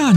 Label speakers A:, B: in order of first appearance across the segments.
A: 大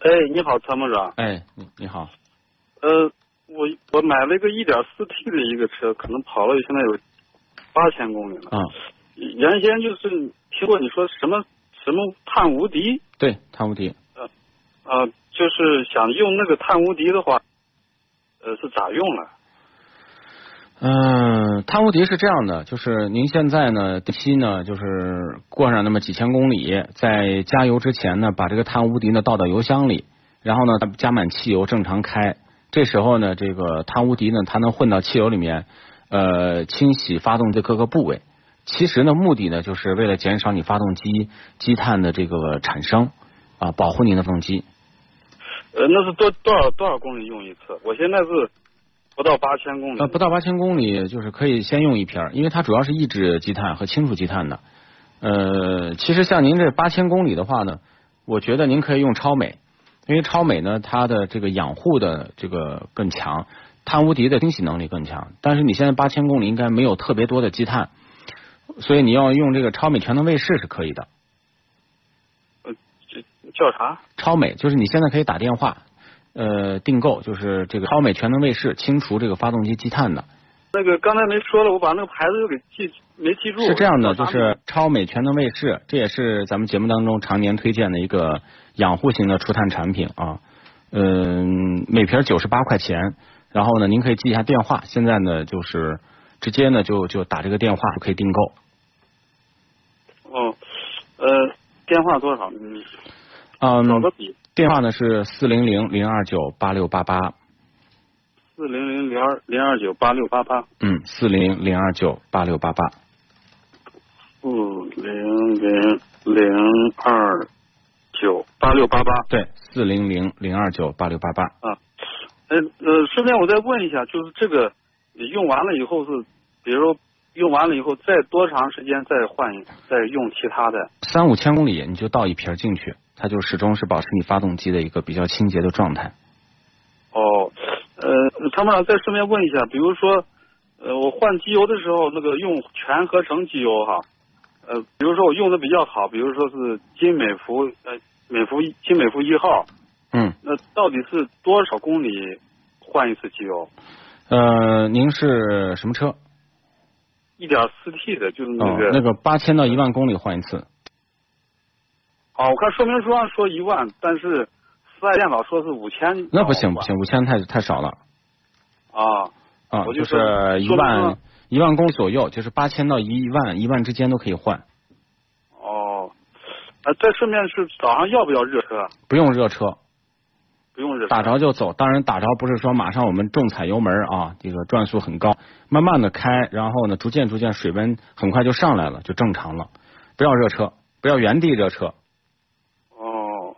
B: 哎，你好，参谋长。
C: 哎，你你好，
B: 呃，我我买了一个一点四 T 的一个车，可能跑了现在有八千公里了。
C: 啊、
B: 原先就是听过你说什么什么碳无敌，
C: 对，汤无敌，
B: 呃，就是想用那个碳无敌的话，呃，是咋用了？
C: 嗯，汤无敌是这样的，就是您现在呢，定期呢，就是过上那么几千公里，在加油之前呢，把这个汤无敌呢倒到油箱里，然后呢加满汽油正常开，这时候呢，这个汤无敌呢，它能混到汽油里面，呃，清洗发动机各个部位。其实呢，目的呢，就是为了减少你发动机积碳的这个产生，啊，保护您的发动机。
B: 呃，那是多多少多少公里用一次？我现在是不到八千公里。
C: 呃，不到八千公里，就是可以先用一瓶儿，因为它主要是抑制积碳和清除积碳的。呃，其实像您这八千公里的话呢，我觉得您可以用超美，因为超美呢，它的这个养护的这个更强，碳无敌的清洗能力更强。但是你现在八千公里应该没有特别多的积碳，所以你要用这个超美全能卫士是可以的。
B: 叫啥？
C: 超美就是你现在可以打电话，呃，订购就是这个超美全能卫士清除这个发动机积碳的。
B: 那个刚才没说了，我把那个牌子又给记没记住。
C: 是这样的，
B: 叫
C: 就
B: 啥
C: 是超美全能卫士，这也是咱们节目当中常年推荐的一个养护型的除碳产品啊。嗯，每瓶九十八块钱，然后呢，您可以记一下电话，现在呢就是直接呢就就打这个电话就可以订购。
B: 哦，呃，电话多少？你找
C: 嗯，
B: 个笔，
C: 电话呢是四零零零二九八六八八，
B: 四零零零二零二九八六八八。
C: 嗯，四零零二九八六八八。
B: 四零零零二九八六八八。
C: 对，四零零零二九八六八八。
B: 呃呃，顺便我再问一下，就是这个你用完了以后是，比如说用完了以后再多长时间再换一再用其他的？
C: 三五千公里你就倒一瓶进去，它就始终是保持你发动机的一个比较清洁的状态。
B: 哦，呃，参谋长再顺便问一下，比如说，呃，我换机油的时候那个用全合成机油哈，呃，比如说我用的比较好，比如说是金美孚呃美孚一金美孚一号，
C: 嗯，
B: 那到底是多少公里换一次机油？
C: 呃，您是什么车？
B: 一点四 T 的，就是嗯那
C: 哦
B: 个、，
C: 那个八千到一万公里换一次。
B: 啊，我看说明书上说一万，但是四 S 店老说是五千，
C: 那不行不行，五千太太少了
B: 啊，
C: 啊，
B: 我
C: 就
B: 就是
C: 一
B: 说明
C: 万
B: 书
C: 一万公里左右，就是八千到一万一万之间都可以换，
B: 哦，啊，再顺便是早上要不要热车？啊
C: 不用热车，
B: 不用热车
C: 打着就走。当然打着不是说马上我们重踩油门啊，这个转速很高，慢慢的开，然后呢逐渐逐渐水温很快就上来了，就正常了。不要热车，不要原地热车。
B: 哦，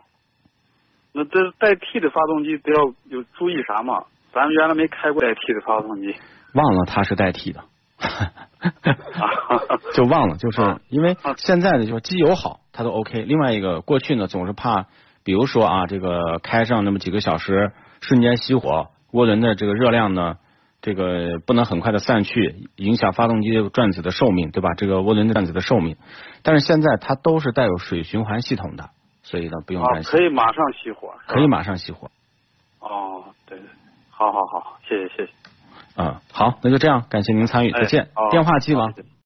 B: 那这代替的发动机得要有注意啥嘛？咱们原来没开过代替的发动机
C: 忘了它是代替的，
B: 啊，
C: 就忘了，就是
B: 啊
C: 因为
B: 啊
C: 现在呢，就是机油好，它都 OK。另外一个，过去呢总是怕，比如说啊，这个开上那么几个小时，瞬间熄火，涡轮的这个热量呢，这个不能很快的散去，影响发动机转子的寿命，对吧？这个涡轮的转子的寿命。但是现在它都是带有水循环系统的，所以呢不用
B: 啊
C: 担心，
B: 可以马上熄火，是吧
C: 可以？马上熄火。
B: 哦，对对，好好好，谢谢谢谢。
C: 啊、好，那就这样，感谢您参与，再见
B: 哎好。
C: 电话机王
B: 好。